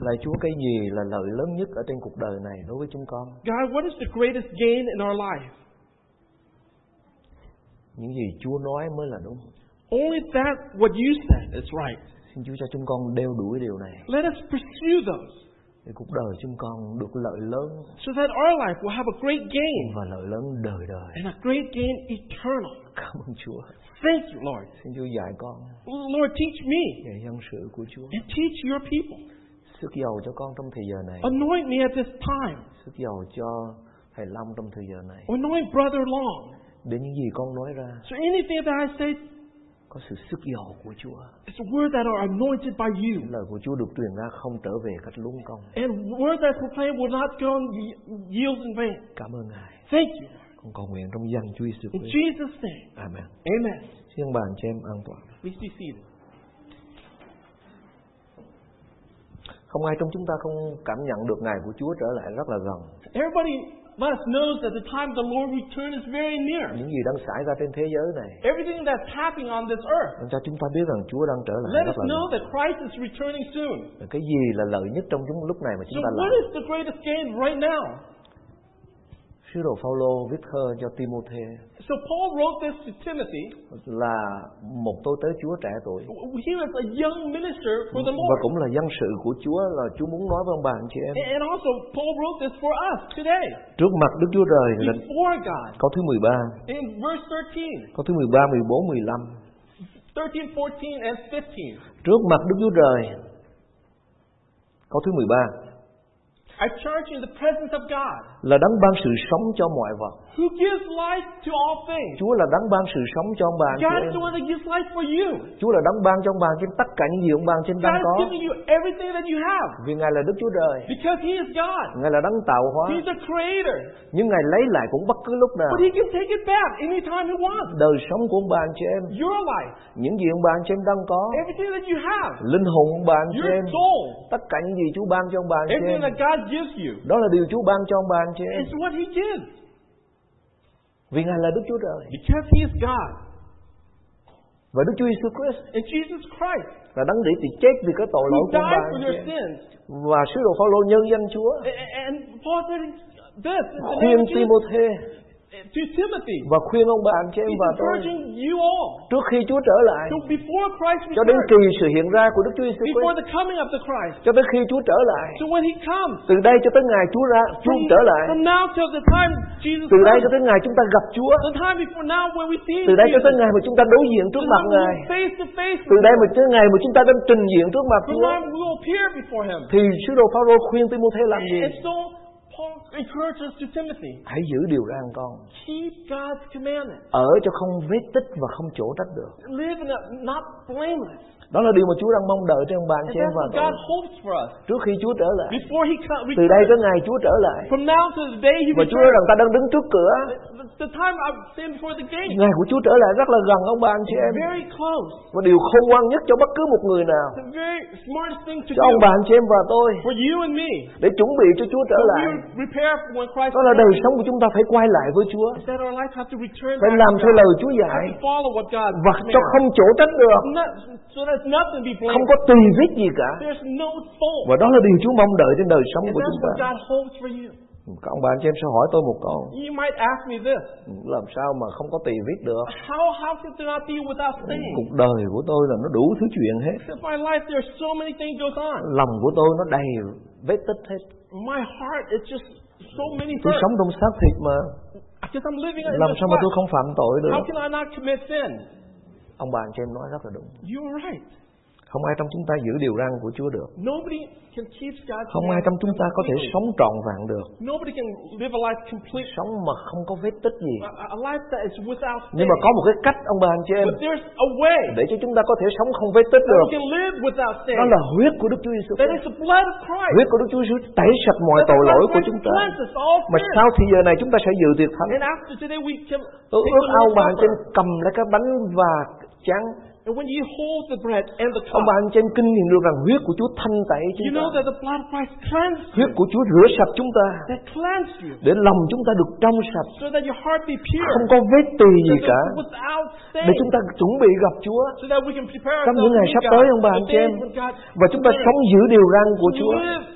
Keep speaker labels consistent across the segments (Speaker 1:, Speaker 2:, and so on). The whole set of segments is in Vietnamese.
Speaker 1: Lạy Chúa cái gì là lợi lớn nhất ở trên cuộc đời này đối với chúng con?
Speaker 2: God, what is the greatest gain in our life?
Speaker 1: Những gì Chúa nói mới là đúng.
Speaker 2: Only that what you said is right.
Speaker 1: Xin Chúa cho chúng con đeo đuổi điều này
Speaker 2: Let us pursue those
Speaker 1: để cuộc đời chúng con được lợi lớn
Speaker 2: so that our life will have a great gain
Speaker 1: và lợi lớn đời đời.
Speaker 2: and a great gain eternal.
Speaker 1: Cảm ơn Chúa.
Speaker 2: Thank you, Lord.
Speaker 1: Xin Chúa dạy con
Speaker 2: Well, Lord, teach me
Speaker 1: về dân sự của Chúa.
Speaker 2: and teach your people.
Speaker 1: Sức dầu cho con trong thời giờ này.
Speaker 2: Anoint me at this time.
Speaker 1: Sức dầu cho thầy Long trong thời giờ này.
Speaker 2: Anoint Brother Long.
Speaker 1: Để những gì con nói ra
Speaker 2: So anything that I say
Speaker 1: có sự sức dầu của Chúa.
Speaker 2: is words that are anointed by you.
Speaker 1: Lời của Chúa được truyền ra không trở về cách luống công.
Speaker 2: And words that proclaim will not go and yield in vain.
Speaker 1: Cảm ơn Ngài.
Speaker 2: Thank you.
Speaker 1: Con cầu nguyện trong danh Chúa Giêsu
Speaker 2: In
Speaker 1: Christ.
Speaker 2: Jesus' name.
Speaker 1: Amen.
Speaker 2: Amen.
Speaker 1: Xin ông bà anh chị em an toàn.
Speaker 2: Please be seated.
Speaker 1: Không ai trong chúng ta không cảm nhận được ngày của Chúa trở lại rất là gần.
Speaker 2: Everybody of us knows that the time of the Lord return is very near.
Speaker 1: Những gì đang xảy ra trên thế giới này,
Speaker 2: Everything that's happening on this earth.
Speaker 1: làm cho chúng ta biết rằng Chúa đang trở lại
Speaker 2: Let
Speaker 1: rất
Speaker 2: us
Speaker 1: là
Speaker 2: know
Speaker 1: gần.
Speaker 2: that Christ is returning soon.
Speaker 1: Và Cái gì là lợi nhất trong chúng lúc này mà
Speaker 2: So
Speaker 1: chúng ta làm?
Speaker 2: what is the greatest gain right now?
Speaker 1: Sứ đồ Phaolô viết thơ cho Timôthê
Speaker 2: So Paul wrote this to Timothy.
Speaker 1: là một tôi tới Chúa trẻ tuổi
Speaker 2: He was a young minister for the
Speaker 1: và
Speaker 2: Lord.
Speaker 1: cũng là dân sự của Chúa là Chúa muốn nói với ông bà anh chị em
Speaker 2: And also, Paul wrote this for us today,
Speaker 1: trước mặt Đức Chúa Trời là
Speaker 2: before God.
Speaker 1: câu thứ 13
Speaker 2: In verse 13,
Speaker 1: câu thứ 13 14 15
Speaker 2: 13, 14, and 15.
Speaker 1: trước mặt Đức Chúa Trời câu thứ 13
Speaker 2: I charge you in the presence of God,
Speaker 1: là đấng ban sự sống cho mọi vật
Speaker 2: who gives life to all things.
Speaker 1: Chúa là đấng ban sự sống cho ông bà anh chị
Speaker 2: God is
Speaker 1: em
Speaker 2: the one that gives life for you.
Speaker 1: Chúa là đấng ban cho ông bà anh chị em tất cả những gì ông bà anh chị em
Speaker 2: God
Speaker 1: đang
Speaker 2: is
Speaker 1: có
Speaker 2: giving you everything that you have
Speaker 1: vì Ngài là Đức Chúa Trời
Speaker 2: because He is God.
Speaker 1: Ngài là đấng tạo hóa
Speaker 2: He's the creator.
Speaker 1: nhưng Ngài lấy lại cũng bất cứ lúc nào
Speaker 2: But He can take it back anytime He wants.
Speaker 1: đời sống của ông bà anh chị em
Speaker 2: Your life,
Speaker 1: những gì ông bà anh chị em đang có
Speaker 2: everything that you have,
Speaker 1: linh hồn ông bà anh chị
Speaker 2: your
Speaker 1: em
Speaker 2: soul,
Speaker 1: tất cả những gì Chúa ban cho ông bà anh chị
Speaker 2: everything
Speaker 1: em
Speaker 2: that God gives you,
Speaker 1: đó là điều Chúa ban cho ông bà anh chị em
Speaker 2: is what He gives.
Speaker 1: vì Ngài là Đức Chúa Trời
Speaker 2: Because he is God
Speaker 1: và Đức Chúa Jesus Christ
Speaker 2: and Jesus Christ
Speaker 1: là đấng để bị chết vì cái tội lỗi
Speaker 2: who
Speaker 1: của ông bà
Speaker 2: died for
Speaker 1: anh
Speaker 2: your
Speaker 1: chị em
Speaker 2: sins.
Speaker 1: và sứ đồ Phaolô nhân danh Chúa
Speaker 2: A- a- And Paul said this in the
Speaker 1: khuyên
Speaker 2: name of Jesus,
Speaker 1: Timôthê
Speaker 2: to Timothy.
Speaker 1: và khuyên ông bà anh chị em
Speaker 2: He's
Speaker 1: và tôi
Speaker 2: encouraging you all.
Speaker 1: trước khi Chúa trở lại
Speaker 2: So before Christ
Speaker 1: cho đến
Speaker 2: returns,
Speaker 1: kỳ sự hiện ra của Đức Chúa Jesus
Speaker 2: before
Speaker 1: Christ
Speaker 2: the coming of the Christ,
Speaker 1: cho tới khi Chúa trở lại
Speaker 2: so when he comes,
Speaker 1: từ đây cho tới ngày Chúa ra Chúa
Speaker 2: from,
Speaker 1: trở lại
Speaker 2: from now till the time Jesus
Speaker 1: từ đây cho
Speaker 2: comes,
Speaker 1: tới ngày chúng ta gặp Chúa
Speaker 2: the time before now when we see
Speaker 1: từ đây cho
Speaker 2: Jesus,
Speaker 1: tới ngày mà chúng ta đối diện
Speaker 2: the
Speaker 1: trước mặt
Speaker 2: time we
Speaker 1: Ngài
Speaker 2: will face to face
Speaker 1: từ
Speaker 2: with
Speaker 1: đây
Speaker 2: him,
Speaker 1: mà tới ngày mà chúng ta đến trình diện trước mặt
Speaker 2: the
Speaker 1: Chúa
Speaker 2: time we will appear before him.
Speaker 1: thì sứ đồ Phaolô khuyên Timôthê làm gì
Speaker 2: And so Paul encourages to Timothy,
Speaker 1: hãy giữ điều răn con
Speaker 2: keep God's commandments.
Speaker 1: ở cho không vết tích và không chỗ trách được
Speaker 2: live in a, not blameless.
Speaker 1: đó là điều mà Chúa đang mong đợi trên ông bà anh
Speaker 2: And
Speaker 1: chị em
Speaker 2: that's
Speaker 1: và
Speaker 2: what
Speaker 1: tôi
Speaker 2: God hopes for us.
Speaker 1: trước khi Chúa trở lại
Speaker 2: Before He comes,
Speaker 1: từ đây tới ngày Chúa trở lại
Speaker 2: from now to the day He
Speaker 1: và Chúa nói
Speaker 2: returns,
Speaker 1: rằng ta đang đứng trước cửa
Speaker 2: the, the time I've been before the gate,
Speaker 1: ngày của Chúa trở lại rất là gần ông bà anh chị em
Speaker 2: very close.
Speaker 1: và điều khôn ngoan nhất cho bất cứ một người nào
Speaker 2: The very smartest thing to
Speaker 1: cho ông
Speaker 2: do
Speaker 1: bà anh chị em và tôi
Speaker 2: for you and me,
Speaker 1: để chuẩn bị cho Chúa trở
Speaker 2: when
Speaker 1: lại
Speaker 2: we prepare for when Christ
Speaker 1: đó là đời
Speaker 2: returns,
Speaker 1: sống của chúng ta phải quay lại với Chúa
Speaker 2: is that our life have to return
Speaker 1: phải
Speaker 2: back
Speaker 1: làm
Speaker 2: to
Speaker 1: theo
Speaker 2: God.
Speaker 1: lời Chúa dạy
Speaker 2: Have to follow what God
Speaker 1: và cho
Speaker 2: commands.
Speaker 1: không chỗ trách được
Speaker 2: Not, so that nothing be
Speaker 1: không
Speaker 2: blamed.
Speaker 1: có tì vết gì cả
Speaker 2: There's no fault.
Speaker 1: và đó là điều Chúa mong đợi trên đời sống
Speaker 2: And
Speaker 1: của
Speaker 2: that's
Speaker 1: chúng
Speaker 2: what
Speaker 1: ta
Speaker 2: God holds for you.
Speaker 1: các ông bà anh chị em sẽ hỏi tôi một câu
Speaker 2: You might ask me this.
Speaker 1: làm sao mà không có tì vết được
Speaker 2: How how could there not be without sin?
Speaker 1: cuộc đời của tôi là nó đủ thứ chuyện hết
Speaker 2: In my life, there's so many things goes on.
Speaker 1: lòng của tôi nó đầy vết tích hết
Speaker 2: My heart is just so many
Speaker 1: tôi
Speaker 2: hurts
Speaker 1: sống trong xác thịt mà
Speaker 2: because I'm living in
Speaker 1: làm
Speaker 2: this
Speaker 1: sao mà tôi
Speaker 2: flesh.
Speaker 1: không phạm tội
Speaker 2: How
Speaker 1: được
Speaker 2: can I not commit sin?
Speaker 1: ông bà anh chị em nói rất là đúng
Speaker 2: You're right.
Speaker 1: không ai trong chúng ta giữ điều răn của Chúa được
Speaker 2: Nobody can keep God's
Speaker 1: không ai trong chúng ta có thể
Speaker 2: completely.
Speaker 1: sống trọn vẹn được
Speaker 2: Nobody can live a life complete,
Speaker 1: sống mà không có vết tích gì
Speaker 2: a, a life that is without sin.
Speaker 1: nhưng mà có một cái cách ông bà anh chị em
Speaker 2: But there's a way
Speaker 1: để cho chúng ta có thể sống không vết tích
Speaker 2: that
Speaker 1: được
Speaker 2: we can live without sin.
Speaker 1: đó là huyết của Đức Chúa Giêsu
Speaker 2: That
Speaker 1: Christ.
Speaker 2: is the blood of Christ.
Speaker 1: huyết của Đức Chúa Giêsu tẩy sạch mọi
Speaker 2: That
Speaker 1: tội lỗi
Speaker 2: blood
Speaker 1: của chúng ta
Speaker 2: cleanses all
Speaker 1: mà
Speaker 2: sin.
Speaker 1: sau thì giờ này chúng ta sẽ dự tiệc thánh
Speaker 2: And after today we can
Speaker 1: tôi
Speaker 2: take
Speaker 1: ước
Speaker 2: the
Speaker 1: ao
Speaker 2: Lord's
Speaker 1: bà anh chị
Speaker 2: Supper.
Speaker 1: em cầm lấy cái bánh và chán
Speaker 2: And when ye hold the bread and the
Speaker 1: ông bà
Speaker 2: cup,
Speaker 1: ăn trên kinh nhìn được rằng huyết của Chúa thanh tẩy
Speaker 2: you
Speaker 1: chúng
Speaker 2: know
Speaker 1: ta
Speaker 2: that the blood of Christ cleansed
Speaker 1: huyết
Speaker 2: you.
Speaker 1: của Chúa rửa sạch chúng ta
Speaker 2: That cleansed you.
Speaker 1: để lòng chúng ta được trong sạch
Speaker 2: So that your heart be
Speaker 1: không
Speaker 2: pure.
Speaker 1: có vết tì
Speaker 2: So
Speaker 1: gì
Speaker 2: that
Speaker 1: cả
Speaker 2: without
Speaker 1: để
Speaker 2: sin.
Speaker 1: chúng ta chuẩn bị gặp Chúa
Speaker 2: So that we can prepare
Speaker 1: trong
Speaker 2: ourselves
Speaker 1: những ngày
Speaker 2: to
Speaker 1: sắp
Speaker 2: meet God.
Speaker 1: tới ông bà
Speaker 2: The
Speaker 1: anh chị
Speaker 2: day
Speaker 1: em
Speaker 2: when God
Speaker 1: và chúng ta sống giữ điều răn của Chúa
Speaker 2: live,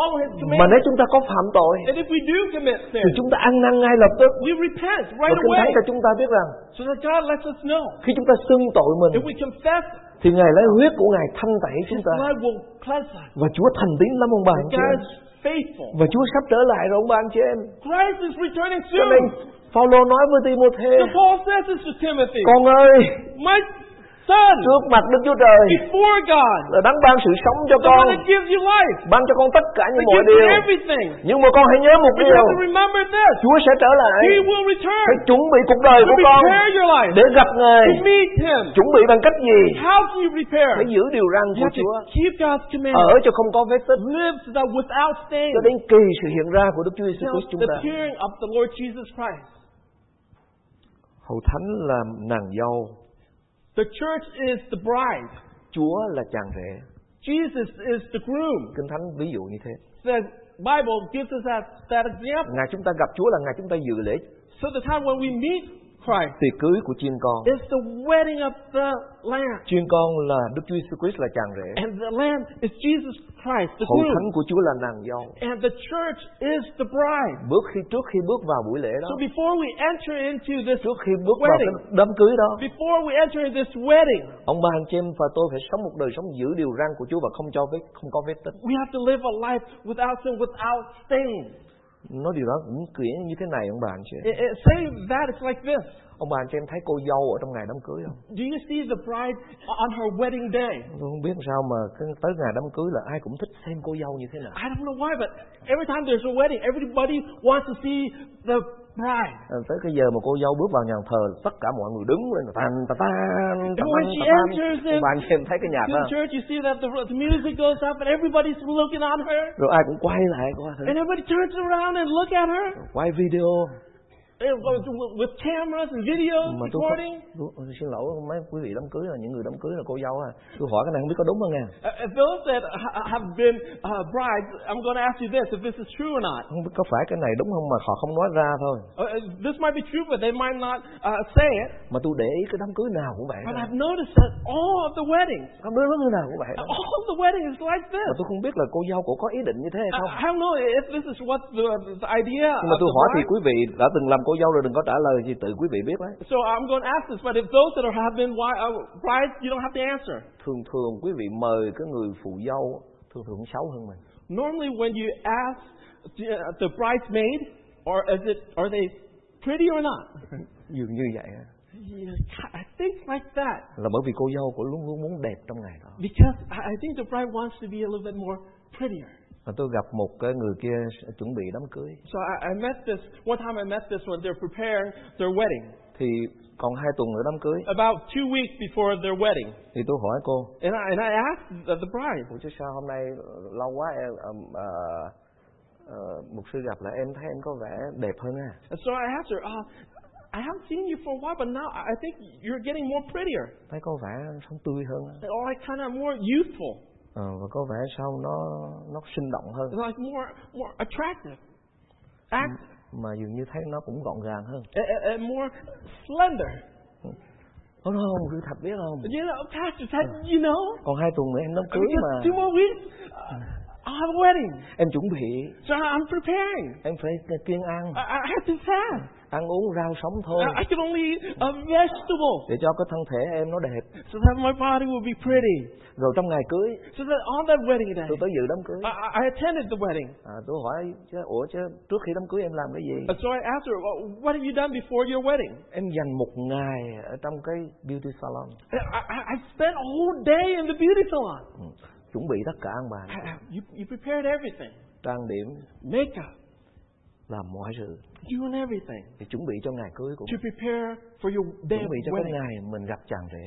Speaker 2: follow His
Speaker 1: mà nếu
Speaker 2: commandments.
Speaker 1: chúng ta có phạm tội
Speaker 2: And if we do commit
Speaker 1: thì
Speaker 2: sin,
Speaker 1: chúng ta ăn năn ngay lập tức
Speaker 2: we repent
Speaker 1: và
Speaker 2: right
Speaker 1: kinh
Speaker 2: away
Speaker 1: thánh cho chúng ta biết rằng
Speaker 2: so that God lets us know.
Speaker 1: khi chúng ta xưng tội mình
Speaker 2: If we confess,
Speaker 1: thì ngài lấy huyết của ngài thanh tẩy
Speaker 2: His
Speaker 1: chúng ta
Speaker 2: blood will cleanse us.
Speaker 1: và Chúa thành tín lắm ông bà anh chị
Speaker 2: God
Speaker 1: em
Speaker 2: is faithful.
Speaker 1: và Chúa sắp trở lại rồi ông bà anh chị em
Speaker 2: Christ is returning
Speaker 1: cho nên
Speaker 2: soon.
Speaker 1: Phaolô nói với Timothée
Speaker 2: So Paul says this to Timothy,
Speaker 1: con ơi
Speaker 2: my son,
Speaker 1: trước mặt Đức Chúa Trời
Speaker 2: before God,
Speaker 1: là đáng ban sự sống cho
Speaker 2: the
Speaker 1: con
Speaker 2: one that gives you life,
Speaker 1: ban cho con tất cả
Speaker 2: that
Speaker 1: những mọi
Speaker 2: gives you
Speaker 1: điều
Speaker 2: everything.
Speaker 1: nhưng mà con hãy nhớ một
Speaker 2: But you
Speaker 1: điều
Speaker 2: have to remember this.
Speaker 1: Chúa sẽ trở lại
Speaker 2: He will
Speaker 1: phải
Speaker 2: return.
Speaker 1: chuẩn bị cuộc đời
Speaker 2: To
Speaker 1: của con
Speaker 2: prepare your life.
Speaker 1: để gặp ngài
Speaker 2: To meet Him.
Speaker 1: chuẩn bị bằng cách gì
Speaker 2: How do you prepare?
Speaker 1: phải giữ điều răn
Speaker 2: You
Speaker 1: của
Speaker 2: have
Speaker 1: Chúa
Speaker 2: to keep God's
Speaker 1: ở
Speaker 2: commandments.
Speaker 1: cho không có vết tích
Speaker 2: Live so that without stain.
Speaker 1: cho đến kỳ sự hiện ra của Đức Chúa Giêsu
Speaker 2: till
Speaker 1: Christ chúng
Speaker 2: the
Speaker 1: ta
Speaker 2: appearing of the Lord Jesus Christ.
Speaker 1: hậu thánh là nàng dâu
Speaker 2: The church is the bride.
Speaker 1: Chúa là chàng rể
Speaker 2: Jesus is the groom.
Speaker 1: kinh thánh ví dụ như thế
Speaker 2: The Bible gives us that, that example.
Speaker 1: ngày chúng ta gặp Chúa là ngày chúng ta dự lễ
Speaker 2: So the time when we meet Christ
Speaker 1: tiệc cưới của chiên con
Speaker 2: is the wedding of the Lamb.
Speaker 1: chiên con là Đức Chúa Giêsu Christ là chàng rể
Speaker 2: And the Lamb is Jesus Christ, the
Speaker 1: hậu thánh
Speaker 2: groom.
Speaker 1: của Chúa là nàng dâu
Speaker 2: And the church is the bride.
Speaker 1: bước khi trước khi bước vào buổi lễ đó
Speaker 2: So before we enter into this,
Speaker 1: trước khi bước vào cái đám cưới đó
Speaker 2: before we enter into this wedding,
Speaker 1: ông bà anh chị em và tôi phải sống một đời sống giữ điều răn của Chúa và không cho vết không có vết tích
Speaker 2: we have to live a life without sin, without stain.
Speaker 1: nói điều đó cũng kiểu như thế này ông bà anh chị em.
Speaker 2: It, it, saying that is like this.
Speaker 1: ông bà anh chị em thấy cô dâu ở trong ngày đám cưới không
Speaker 2: Do you see the bride on her wedding day?
Speaker 1: tôi không biết sao mà cái- tới ngày đám cưới là ai cũng thích xem cô dâu như thế nào
Speaker 2: I don't know why, but every time there's a wedding, everybody wants to see the bride.
Speaker 1: À, tới cái giờ mà cô dâu bước vào nhà thờ là tất cả mọi người đứng lên tan ta tan ta
Speaker 2: When she enters in-
Speaker 1: tan bạn em thấy cái nhạc
Speaker 2: In
Speaker 1: đó
Speaker 2: the church, you see that the, the music goes up and everybody's looking on her.
Speaker 1: rồi ai cũng quay lại qua thử
Speaker 2: And everybody turns around and look at her
Speaker 1: quay video
Speaker 2: and with- with cameras and videos
Speaker 1: mà tôi,
Speaker 2: recording.
Speaker 1: tôi, tôi xin lỗi mấy quý vị đám cưới là những người đám cưới là cô dâu à tôi hỏi cái này không biết có đúng không nè
Speaker 2: Uh, uh, those that ha- have been uh, brides, I'm going to ask you this: if this is true or not.
Speaker 1: không biết có phải cái này đúng không mà họ không nói ra thôi
Speaker 2: Uh, uh, this might be true, but they might not uh, say it.
Speaker 1: mà tôi để ý cái đám cưới nào cũng vậy
Speaker 2: But
Speaker 1: thôi.
Speaker 2: I've noticed that all of the weddings,
Speaker 1: đám cưới lớn như nào cũng vậy thôi.
Speaker 2: all of the weddings like
Speaker 1: mà
Speaker 2: this.
Speaker 1: tôi không biết là cô dâu cổ có ý định như thế hay
Speaker 2: I,
Speaker 1: không
Speaker 2: I don't know if this is what the, the idea.
Speaker 1: nhưng mà
Speaker 2: of
Speaker 1: tôi
Speaker 2: the
Speaker 1: hỏi thì
Speaker 2: bride-
Speaker 1: quý vị đã từng làm cô dâu rồi đừng có trả lời gì tự quý vị biết đấy
Speaker 2: So I'm going to ask this, but if those that are, have been wi- uh, brides, you don't have to answer.
Speaker 1: thường thường quý vị mời cái người phụ dâu thường thường cũng xấu hơn mình
Speaker 2: Normally, when you ask the, uh, the bridesmaid, or is it are they pretty or not?
Speaker 1: dường như vậy á.
Speaker 2: Yeah, I think like that
Speaker 1: là bởi vì cô dâu của luôn luôn muốn đẹp trong ngày đó
Speaker 2: because I I think the bride wants to be a little bit more prettier.
Speaker 1: mà tôi gặp một cái người kia s- chuẩn bị đám cưới
Speaker 2: So I, I met this one time. I met this one. They're preparing their wedding
Speaker 1: thì còn hai tuần nữa đám cưới
Speaker 2: about two weeks before their wedding,
Speaker 1: thì tôi hỏi cô
Speaker 2: and I and I asked the, the bride.
Speaker 1: ủa chứ sao hôm nay lâu quá em ờm, ờ, ờ, mục sư gặp là em thấy em có vẻ đẹp hơn à
Speaker 2: And so I asked her, uh, I haven't seen you for a while, but now I I think you're getting more prettier.
Speaker 1: thấy có vẻ sống tươi hơn á.
Speaker 2: Or like kind of more youthful.
Speaker 1: Ờ, và có vẻ sao nó nó sinh động hơn
Speaker 2: Like more more attractive. Active.
Speaker 1: mà dường như thấy nó cũng gọn gàng hơn
Speaker 2: And, and- and more slender.
Speaker 1: có nói không cứ thật biết không
Speaker 2: You know, Pastor, that, you know?
Speaker 1: còn hai tuần nữa em đám
Speaker 2: I
Speaker 1: cưới
Speaker 2: mean, just two
Speaker 1: mà
Speaker 2: more weeks, uh, I'll have a wedding.
Speaker 1: em chuẩn bị
Speaker 2: So I'm preparing.
Speaker 1: em phải kiêng ăn
Speaker 2: I, I have to fast.
Speaker 1: ăn uống rau sống thôi
Speaker 2: I, I can only eat a vegetable
Speaker 1: để cho cái thân thể em nó đẹp
Speaker 2: so that my body will be pretty.
Speaker 1: rồi trong ngày cưới
Speaker 2: So that on that wedding day,
Speaker 1: tôi tới dự đám cưới
Speaker 2: I, I I attended the wedding.
Speaker 1: à, tôi hỏi chứ ủa chứ trước khi đám cưới em làm cái gì
Speaker 2: And so I asked her, well, what have you done before your wedding?
Speaker 1: em dành một ngày ở trong cái beauty salon
Speaker 2: I, I, I spent a whole day in the beauty salon.
Speaker 1: Ừ. chuẩn bị tất cả ông bà
Speaker 2: I, I, you, you prepared everything.
Speaker 1: trang điểm
Speaker 2: Makeup.
Speaker 1: làm mọi sự
Speaker 2: Doing everything.
Speaker 1: để chuẩn bị cho ngày cưới của
Speaker 2: To prepare for your day
Speaker 1: chuẩn
Speaker 2: of
Speaker 1: bị cho cái
Speaker 2: wedding.
Speaker 1: ngày mình gặp chàng rể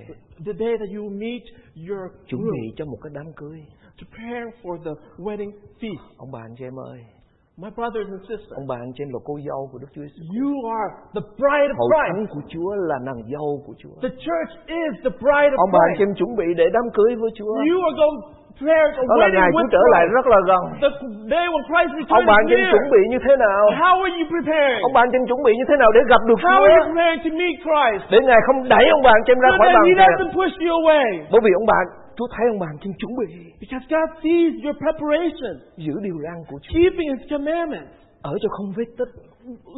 Speaker 2: The day that you will meet your
Speaker 1: chuẩn
Speaker 2: groom.
Speaker 1: bị cho một cái đám cưới
Speaker 2: To prepare for the wedding feast.
Speaker 1: ông bà anh chị em ơi
Speaker 2: My brothers and sisters,
Speaker 1: Ông bà anh chị em là cô dâu của Đức Chúa Giêsu.
Speaker 2: you are the bride of
Speaker 1: Hậu
Speaker 2: Christ.
Speaker 1: thánh của Chúa là nàng dâu của Chúa.
Speaker 2: The church is the bride of
Speaker 1: Ông bà anh chị
Speaker 2: Christ.
Speaker 1: em chuẩn bị để đám cưới với Chúa.
Speaker 2: You are going prepared a
Speaker 1: Đó là ngày
Speaker 2: wedding
Speaker 1: Chúa
Speaker 2: with
Speaker 1: trở lại
Speaker 2: Christ.
Speaker 1: rất là gần.
Speaker 2: The day when Christ
Speaker 1: Ông bà anh
Speaker 2: returns
Speaker 1: chị em
Speaker 2: is
Speaker 1: chuẩn
Speaker 2: near.
Speaker 1: bị như thế nào?
Speaker 2: How are you preparing?
Speaker 1: Ông bà anh chị em chuẩn bị như thế nào để gặp được
Speaker 2: How are
Speaker 1: Chúa?
Speaker 2: you preparing to meet Christ?
Speaker 1: Để Ngài không đẩy ông bà anh chị em ra
Speaker 2: So
Speaker 1: khỏi
Speaker 2: that
Speaker 1: bàn
Speaker 2: He
Speaker 1: thờ.
Speaker 2: doesn't push you away.
Speaker 1: Bởi vì ông bà, Chúa thấy ông bà anh chị em chuẩn bị
Speaker 2: Because God sees your preparation,
Speaker 1: giữ điều răn của Chúa.
Speaker 2: keeping His commandments,
Speaker 1: Ở cho không vết tích,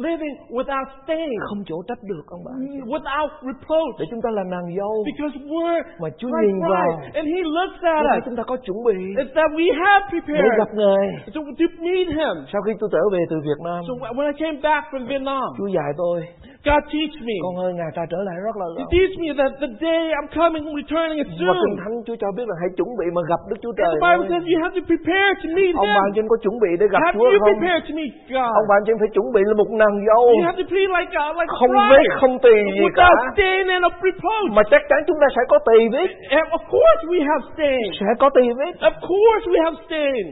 Speaker 2: living without stain,
Speaker 1: không chỗ trách được ông bà.
Speaker 2: without reproach.
Speaker 1: Để chúng ta là nàng dâu.
Speaker 2: Because we're
Speaker 1: Mà Chúa
Speaker 2: Christ's
Speaker 1: nhìn vào.
Speaker 2: bride, and He looks
Speaker 1: Chúa thấy
Speaker 2: at us.
Speaker 1: chúng ta có chuẩn bị
Speaker 2: It's that we have
Speaker 1: để
Speaker 2: prepared
Speaker 1: gặp Ngài.
Speaker 2: to, to meet Him.
Speaker 1: Sau khi tôi trở về từ Việt Nam,
Speaker 2: So when I came back from Vietnam,
Speaker 1: Chúa dạy tôi,
Speaker 2: God teach me.
Speaker 1: con ơi Ngài ta trở lại rất là
Speaker 2: He
Speaker 1: gần.
Speaker 2: teach me that the day I'm coming, returning is
Speaker 1: Và Kinh
Speaker 2: soon.
Speaker 1: Thánh Chúa cho biết là hãy chuẩn bị mà gặp Đức Chúa
Speaker 2: And
Speaker 1: Trời.
Speaker 2: the Bible
Speaker 1: thôi.
Speaker 2: says you have to prepare to meet
Speaker 1: Ông bà anh
Speaker 2: Him.
Speaker 1: chị em có chuẩn bị để gặp
Speaker 2: Have
Speaker 1: Chúa
Speaker 2: Oh, you
Speaker 1: không?
Speaker 2: prepared to meet
Speaker 1: Ông
Speaker 2: God?
Speaker 1: bà anh chị em phải chuẩn bị là một nàng dâu
Speaker 2: You have to be like God, like
Speaker 1: không
Speaker 2: Christ.
Speaker 1: vết không tỳ gì cả,
Speaker 2: without stain and of reproach.
Speaker 1: mà chắc chắn chúng ta sẽ có tỳ vết,
Speaker 2: And of course we have stain.
Speaker 1: sẽ có tỳ vết.
Speaker 2: Of course we have stain.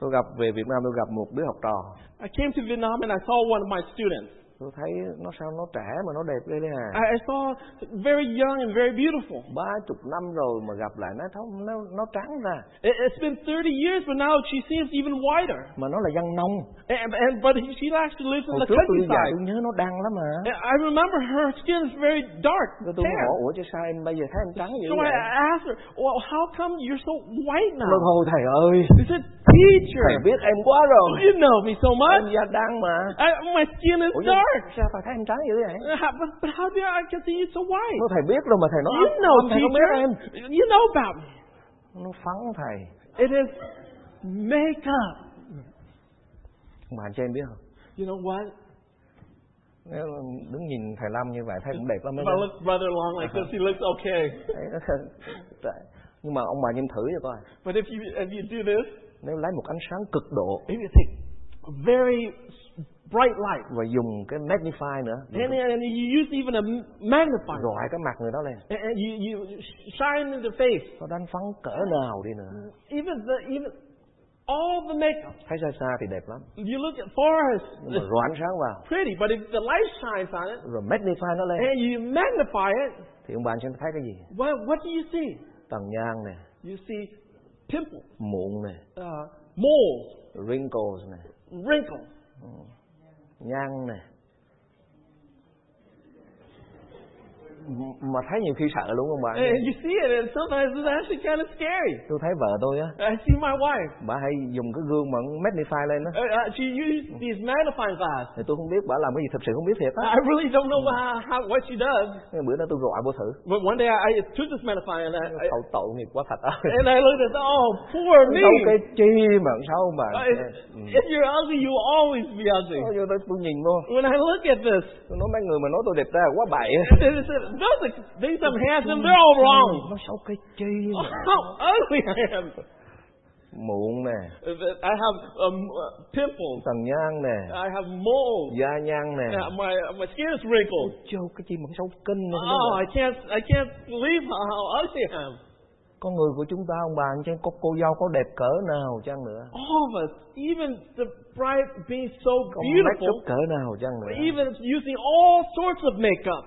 Speaker 1: Tôi gặp về Việt Nam tôi gặp một đứa học trò,
Speaker 2: I came to Vietnam and I saw one of my students.
Speaker 1: tôi thấy nó sao nó trẻ mà nó đẹp ghê đấy à.
Speaker 2: I, I saw very young and very beautiful.
Speaker 1: Ba chục năm rồi mà gặp lại nó thông nó nó trắng ra,
Speaker 2: It, it's been 30 years, but now she seems even whiter.
Speaker 1: mà nó là dân nông.
Speaker 2: And, and but she actually lives in
Speaker 1: Hồi
Speaker 2: the
Speaker 1: trước tôi đi dạy
Speaker 2: countryside.
Speaker 1: tôi nhớ nó đen lắm mà.
Speaker 2: And I remember her skin is very dark,
Speaker 1: Rồi tôi mới
Speaker 2: tan.
Speaker 1: hỏi ủa chứ sao em bây giờ thấy em trắng dữ
Speaker 2: So I
Speaker 1: vậy?
Speaker 2: asked her, "Well, how come you're so white
Speaker 1: Nó
Speaker 2: now?"
Speaker 1: thôi thầy ơi,
Speaker 2: She said, "Teacher,
Speaker 1: thầy biết em quá rồi.
Speaker 2: you know me so
Speaker 1: Em
Speaker 2: much.
Speaker 1: da đen mà.
Speaker 2: I, my skin is
Speaker 1: Ủa chứ
Speaker 2: dark.
Speaker 1: sao thầy thấy em trắng dữ vậy?
Speaker 2: How- But, but how do I can see you so white?
Speaker 1: Nó thầy biết rồi mà thầy nói
Speaker 2: You know,
Speaker 1: thầy không biết em.
Speaker 2: teacher. You know about me.
Speaker 1: Nó phắn thầy.
Speaker 2: It is makeup.
Speaker 1: Mà anh cho em biết không?
Speaker 2: You know what?
Speaker 1: Nếu đứng nhìn thầy Lâm như vậy thấy cũng đẹp lắm
Speaker 2: If
Speaker 1: đấy.
Speaker 2: I look brother along like this, he looks okay.
Speaker 1: Đấy. Nhưng mà ông bà nhìn thử cho coi.
Speaker 2: But if you if you do this,
Speaker 1: Nếu lấy một ánh sáng cực độ
Speaker 2: if you take a very s- bright light,
Speaker 1: và dùng cái magnify nữa,
Speaker 2: and, and you use even a m- magnifier,
Speaker 1: rọi cái mặt người đó lên.
Speaker 2: and, and you you sh- shine in the face,
Speaker 1: Nó đánh phấn cỡ nào đi nữa.
Speaker 2: even the even all the makeup.
Speaker 1: Thấy xa xa thì đẹp lắm.
Speaker 2: You look at forest,
Speaker 1: Nhưng mà
Speaker 2: it's
Speaker 1: rọi ánh sáng vào,
Speaker 2: pretty, but if the light shines on it
Speaker 1: rồi magnify nó lên.
Speaker 2: and you magnify it,
Speaker 1: Thì ông bà anh sẽ thấy cái gì?
Speaker 2: what what do you see?
Speaker 1: Tầng nhang nè,
Speaker 2: You see pimples,
Speaker 1: mụn nè,
Speaker 2: uh, moles,
Speaker 1: wrinkles nè,
Speaker 2: wrinkles.
Speaker 1: nhang nè. M- Mà thấy nhiều khi sợ luôn ông bà. anh
Speaker 2: And
Speaker 1: ơi.
Speaker 2: you see it, and sometimes it's actually kind of scary.
Speaker 1: Tôi thấy vợ tôi á,
Speaker 2: I see my wife.
Speaker 1: bà hay dùng cái gương mà magnify lên đó.
Speaker 2: Uh, uh, she used these magnifying glass.
Speaker 1: Thì tôi không biết bà làm cái gì thật sự không biết thiệt á.
Speaker 2: I really don't know how, how, what she does.
Speaker 1: Thế bữa đó tôi gọi vô thử.
Speaker 2: But one day I, I took this magnifying and I, I,
Speaker 1: Cậu tội nghiệp quá thật á.
Speaker 2: and I looked at it, oh, poor me.
Speaker 1: Đâu cái chi mà sao mà.
Speaker 2: Uh,
Speaker 1: Ừ.
Speaker 2: if- if you're ugly, you will always be ugly.
Speaker 1: Nó vô đó tôi nhìn vô.
Speaker 2: When I look at this,
Speaker 1: Tôi nói mấy người mà nói tôi đẹp ra quá bậy. á.
Speaker 2: and it's, those are, these are handsome, they're all wrong.
Speaker 1: Nó xấu cái chi
Speaker 2: Oh,
Speaker 1: mà.
Speaker 2: how ugly I am.
Speaker 1: Muộn nè,
Speaker 2: I have um, uh, pimples.
Speaker 1: tầng nhang nè,
Speaker 2: I have moles.
Speaker 1: da nhang nè.
Speaker 2: Uh, my, uh, my skin is wrinkled.
Speaker 1: Chứ cái chi mà xấu kinh nữa.
Speaker 2: Oh, I can't, I can't believe how, how ugly I am.
Speaker 1: Con người của chúng ta ông bà anh chị em, có cô dâu có đẹp cỡ nào chăng nữa.
Speaker 2: All of us, even the bride being so
Speaker 1: Có make
Speaker 2: beautiful,
Speaker 1: up cỡ nào chăng nữa.
Speaker 2: even using all sorts of makeup,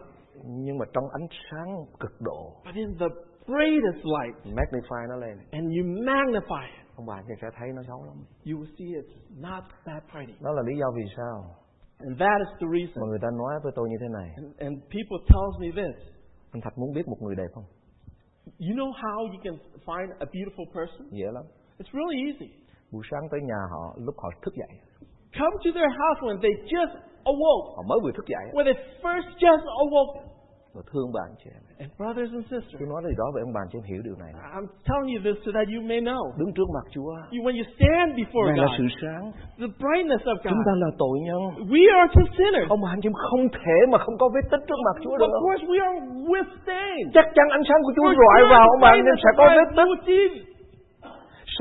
Speaker 1: Nhưng mà trong ánh sáng cực độ
Speaker 2: but in the brightest light,
Speaker 1: magnify nó lên
Speaker 2: and you magnify it,
Speaker 1: ông bà thì sẽ thấy nó xấu lắm
Speaker 2: you will see it's not that pretty.
Speaker 1: đó là lý do vì sao
Speaker 2: And that is the reason.
Speaker 1: mà người ta nói với tôi như thế này
Speaker 2: And, and people tells me this.
Speaker 1: anh thật muốn biết một người đẹp không
Speaker 2: You know how you can find a beautiful person?
Speaker 1: dễ lắm
Speaker 2: It's really easy.
Speaker 1: buổi sáng tới nhà họ lúc họ thức dậy
Speaker 2: Come to their house when they just awoke,
Speaker 1: họ mới vừa thức dậy
Speaker 2: when they first just awoke.
Speaker 1: rồi thương bà anh chị em
Speaker 2: And brothers and
Speaker 1: tôi
Speaker 2: sisters,
Speaker 1: nói gì đó về ông bà anh chị em hiểu điều này
Speaker 2: I'm telling you this so that you may know.
Speaker 1: đứng trước mặt Chúa
Speaker 2: You- When you stand before
Speaker 1: Ngài là
Speaker 2: God,
Speaker 1: sự sáng
Speaker 2: the brightness of
Speaker 1: chúng ta
Speaker 2: God.
Speaker 1: là tội nhân
Speaker 2: We are to sinners.
Speaker 1: ông bà anh chị em không thể mà không có vết tích trước mặt Chúa
Speaker 2: Of
Speaker 1: được
Speaker 2: course, we are with stains.
Speaker 1: chắc chắn ánh sáng của Chúa
Speaker 2: For
Speaker 1: rọi
Speaker 2: sure,
Speaker 1: vào
Speaker 2: the
Speaker 1: ông bà anh chị em
Speaker 2: brightness
Speaker 1: sẽ
Speaker 2: of
Speaker 1: có
Speaker 2: God,
Speaker 1: vết tích
Speaker 2: You will see,